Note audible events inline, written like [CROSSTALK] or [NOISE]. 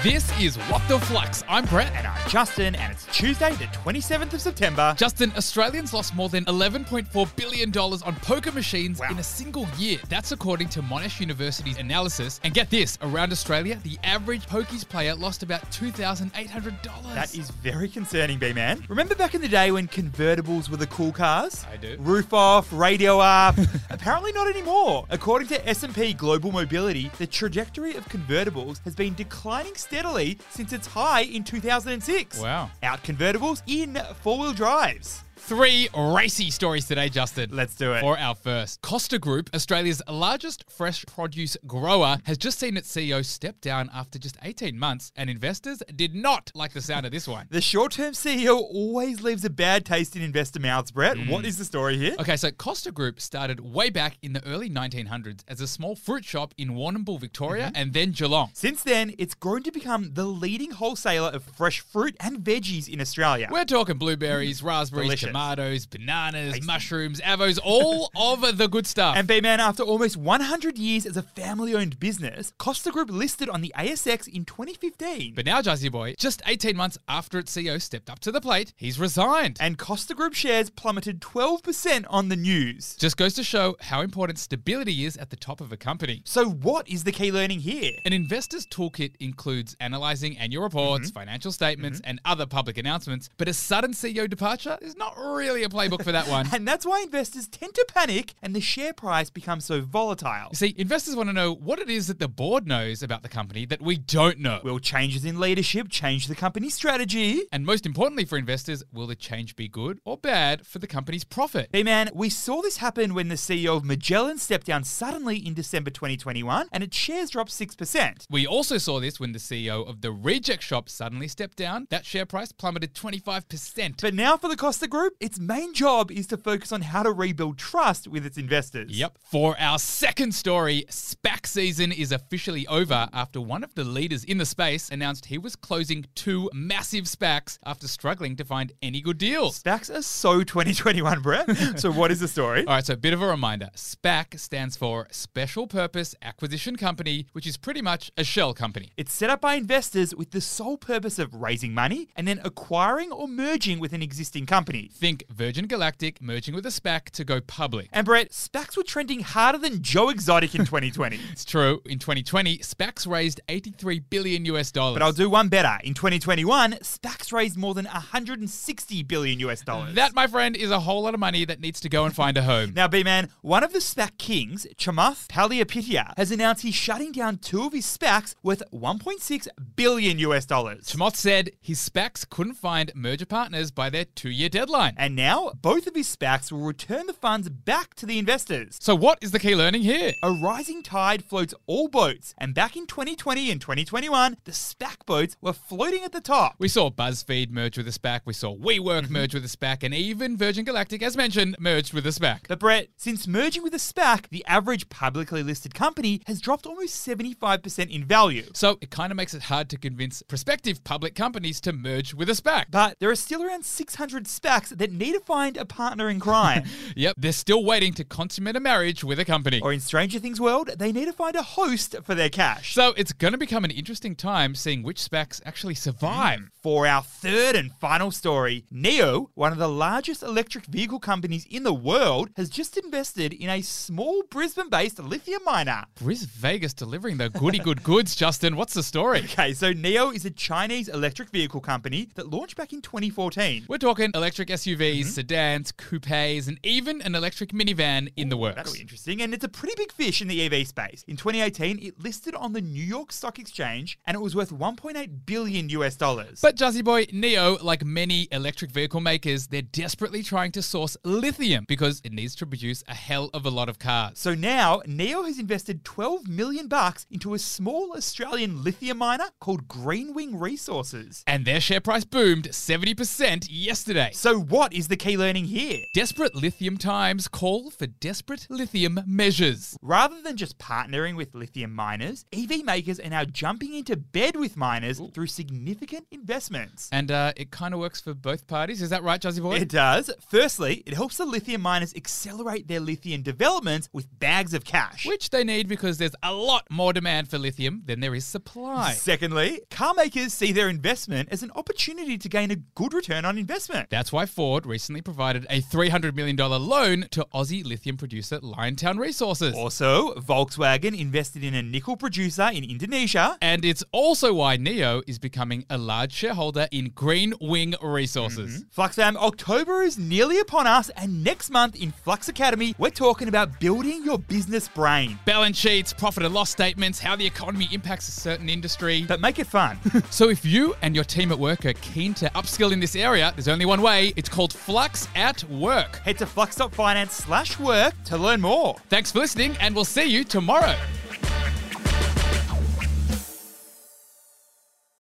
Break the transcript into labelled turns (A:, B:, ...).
A: This is What the Flux. I'm Brett.
B: And I'm Justin, and it's Tuesday, the 27th of September.
A: Justin, Australians lost more than $11.4 billion on poker machines
B: Wow.
A: in a single year. That's according to Monash University's analysis. And get this around Australia, the average pokies player lost about $2,800.
B: That is very concerning, B Man. Remember back in the day when convertibles were the cool cars?
A: I do.
B: Roof off, radio up. [LAUGHS] Apparently not anymore. According to S&P Global Mobility, the trajectory of convertibles has been declining steadily since its high in 2006.
A: Wow.
B: Out convertibles in four-wheel drives.
A: Three racy stories today, Justin.
B: Let's do it.
A: For our first, Costa Group, Australia's largest fresh produce grower, has just seen its CEO step down after just 18 months, and investors did not like the sound of this one.
B: the short-term CEO always leaves a bad taste in investor mouths, Brett. What
A: Mm.
B: is the story here?
A: Okay, so Costa Group started way back in the early 1900s as a small fruit shop in Warrnambool, Victoria,
B: Mm-hmm.
A: and then Geelong.
B: Since then, it's grown to become the leading wholesaler of fresh fruit and veggies in Australia.
A: We're talking blueberries, raspberries,
B: Delicious.
A: tomatoes, bananas,
B: Tasty.
A: mushrooms, avos,
B: [LAUGHS]
A: all of the good stuff.
B: And B Man, after almost 100 years as a family owned business, Costa Group listed on the ASX in 2015.
A: but now, Jazzy Boy, just 18 months after its CEO stepped up to the plate, he's resigned.
B: and Costa Group shares plummeted 12% on the news.
A: Just goes to show how important stability is at the top of a company.
B: So, what is the key learning here?
A: An investor's toolkit includes analyzing annual reports,
B: Mm-hmm.
A: financial statements, and other public announcements, but a sudden CEO departure is not really a playbook for that one.
B: And that's why investors tend to panic and the share price becomes so volatile.
A: You see, investors want to know what it is that the board knows about the company that we don't know.
B: Will changes in leadership change the company's strategy?
A: and most importantly for investors, will the change be good or bad for the company's profit?
B: Hey man, we saw this happen when the CEO of Magellan stepped down suddenly in December 2021 and its shares dropped 6%.
A: We also saw this when the CEO of the reject shop suddenly stepped down. That share price plummeted 25%.
B: But now for the Costa Group, its main job is to focus on how to rebuild trust with its investors.
A: Yep. For our second story, SPAC season is officially over after one of the leaders in the space announced he was closing two massive SPACs after struggling to find any good deals.
B: SPACs are so 2021, Brett. [LAUGHS] so what is
A: [LAUGHS]
B: the story?
A: All right, so a bit of a reminder. SPAC stands for Special Purpose Acquisition Company, which is pretty much a shell company.
B: It's set up by investors with the sole purpose of raising money and then acquiring or merging with an existing company.
A: Think Virgin Galactic merging with a SPAC to go public.
B: And Brett, SPACs were trending harder than Joe Exotic in 2020.
A: It's true. In 2020, SPACs raised 83 billion US dollars.
B: But I'll do one better. In 2021, SPACs raised more than 160 billion US dollars.
A: that, my friend, is a whole lot of money that needs to go and find a home.
B: [LAUGHS] now, B man, one of the SPAC kings, Chamath Palihapitiya, has announced he's shutting down two of his SPACs worth 1.6 billion US dollars.
A: Moth said his SPACs couldn't find merger partners by their two year deadline.
B: And now, both of his SPACs will return the funds back to the investors.
A: So, what is the key learning here?
B: A rising tide floats all boats, and back in 2020 and 2021, the SPAC boats were floating at the top.
A: We saw BuzzFeed merge with a SPAC, we saw WeWork
B: Mm-hmm.
A: merge with a SPAC, and even Virgin Galactic, as mentioned, merged with a SPAC.
B: But Brett, since merging with a SPAC, the average publicly listed company has dropped almost 75% in value.
A: So it kind of makes it hard to convince prospective public companies to merge with a SPAC.
B: But there are still around 600 SPACs that need to find a partner in crime.
A: Yep, they're still waiting to consummate a marriage with a company.
B: or in Stranger Things world, they need to find a host for their cash.
A: So it's going to become an interesting time seeing which SPACs actually survive.
B: for our third and final story, Neo, one of the largest electric vehicle companies in the world, has just invested in a small Brisbane-based lithium miner.
A: Bris Vegas delivering the goody good goods, Justin. What's the story?
B: Okay, so Neo is a Chinese electric vehicle company that launched back in 2014.
A: We're talking electric SUVs,
B: Mm-hmm.
A: sedans, coupes, and even an electric minivan in the
B: That'll
A: works.
B: be interesting. And it's a pretty big fish in the EV space. In 2018, it listed on the New York Stock Exchange and it was worth 1.8 billion US dollars.
A: But Jazzy Boy, Neo, like many electric vehicle makers, they're desperately trying to source lithium because it needs to produce a hell of a lot of cars.
B: so now Neo has invested 12 million bucks into a small Australian lithium miner called Greenwing Resources.
A: And their share price boomed 70% yesterday.
B: So what is the key learning here?
A: Desperate lithium times call for desperate lithium measures.
B: Rather than just partnering with lithium miners, EV makers are now jumping into bed with miners through significant investments.
A: And uh, it kind of works for both parties. Is that right, Jazzy Boy?
B: It does. Firstly, it helps the lithium miners accelerate their lithium developments with bags of
A: [LAUGHS]
B: cash.
A: Which they need because there's a lot more demand for lithium than there is supply.
B: [LAUGHS] Secondly, car makers see their investment as an opportunity to gain a good return on investment.
A: That's why Ford recently provided a $300 million loan to Aussie lithium producer Liontown Resources.
B: Also, Volkswagen invested in a nickel producer in Indonesia.
A: And it's also why Neo is becoming a large shareholder in Green Wing Resources.
B: Fluxfam, October is nearly upon us, and next month in Flux Academy, we're talking about building your business brain.
A: Balance sheets, profit and loss statements, how the economy impacts a certain industry.
B: But make it fun.
A: So, if you and your team at work are keen to upskill in this area, there's only one way it's called Flux at Work.
B: Head to flux.finance slash work to learn more.
A: Thanks for listening, and we'll see you tomorrow.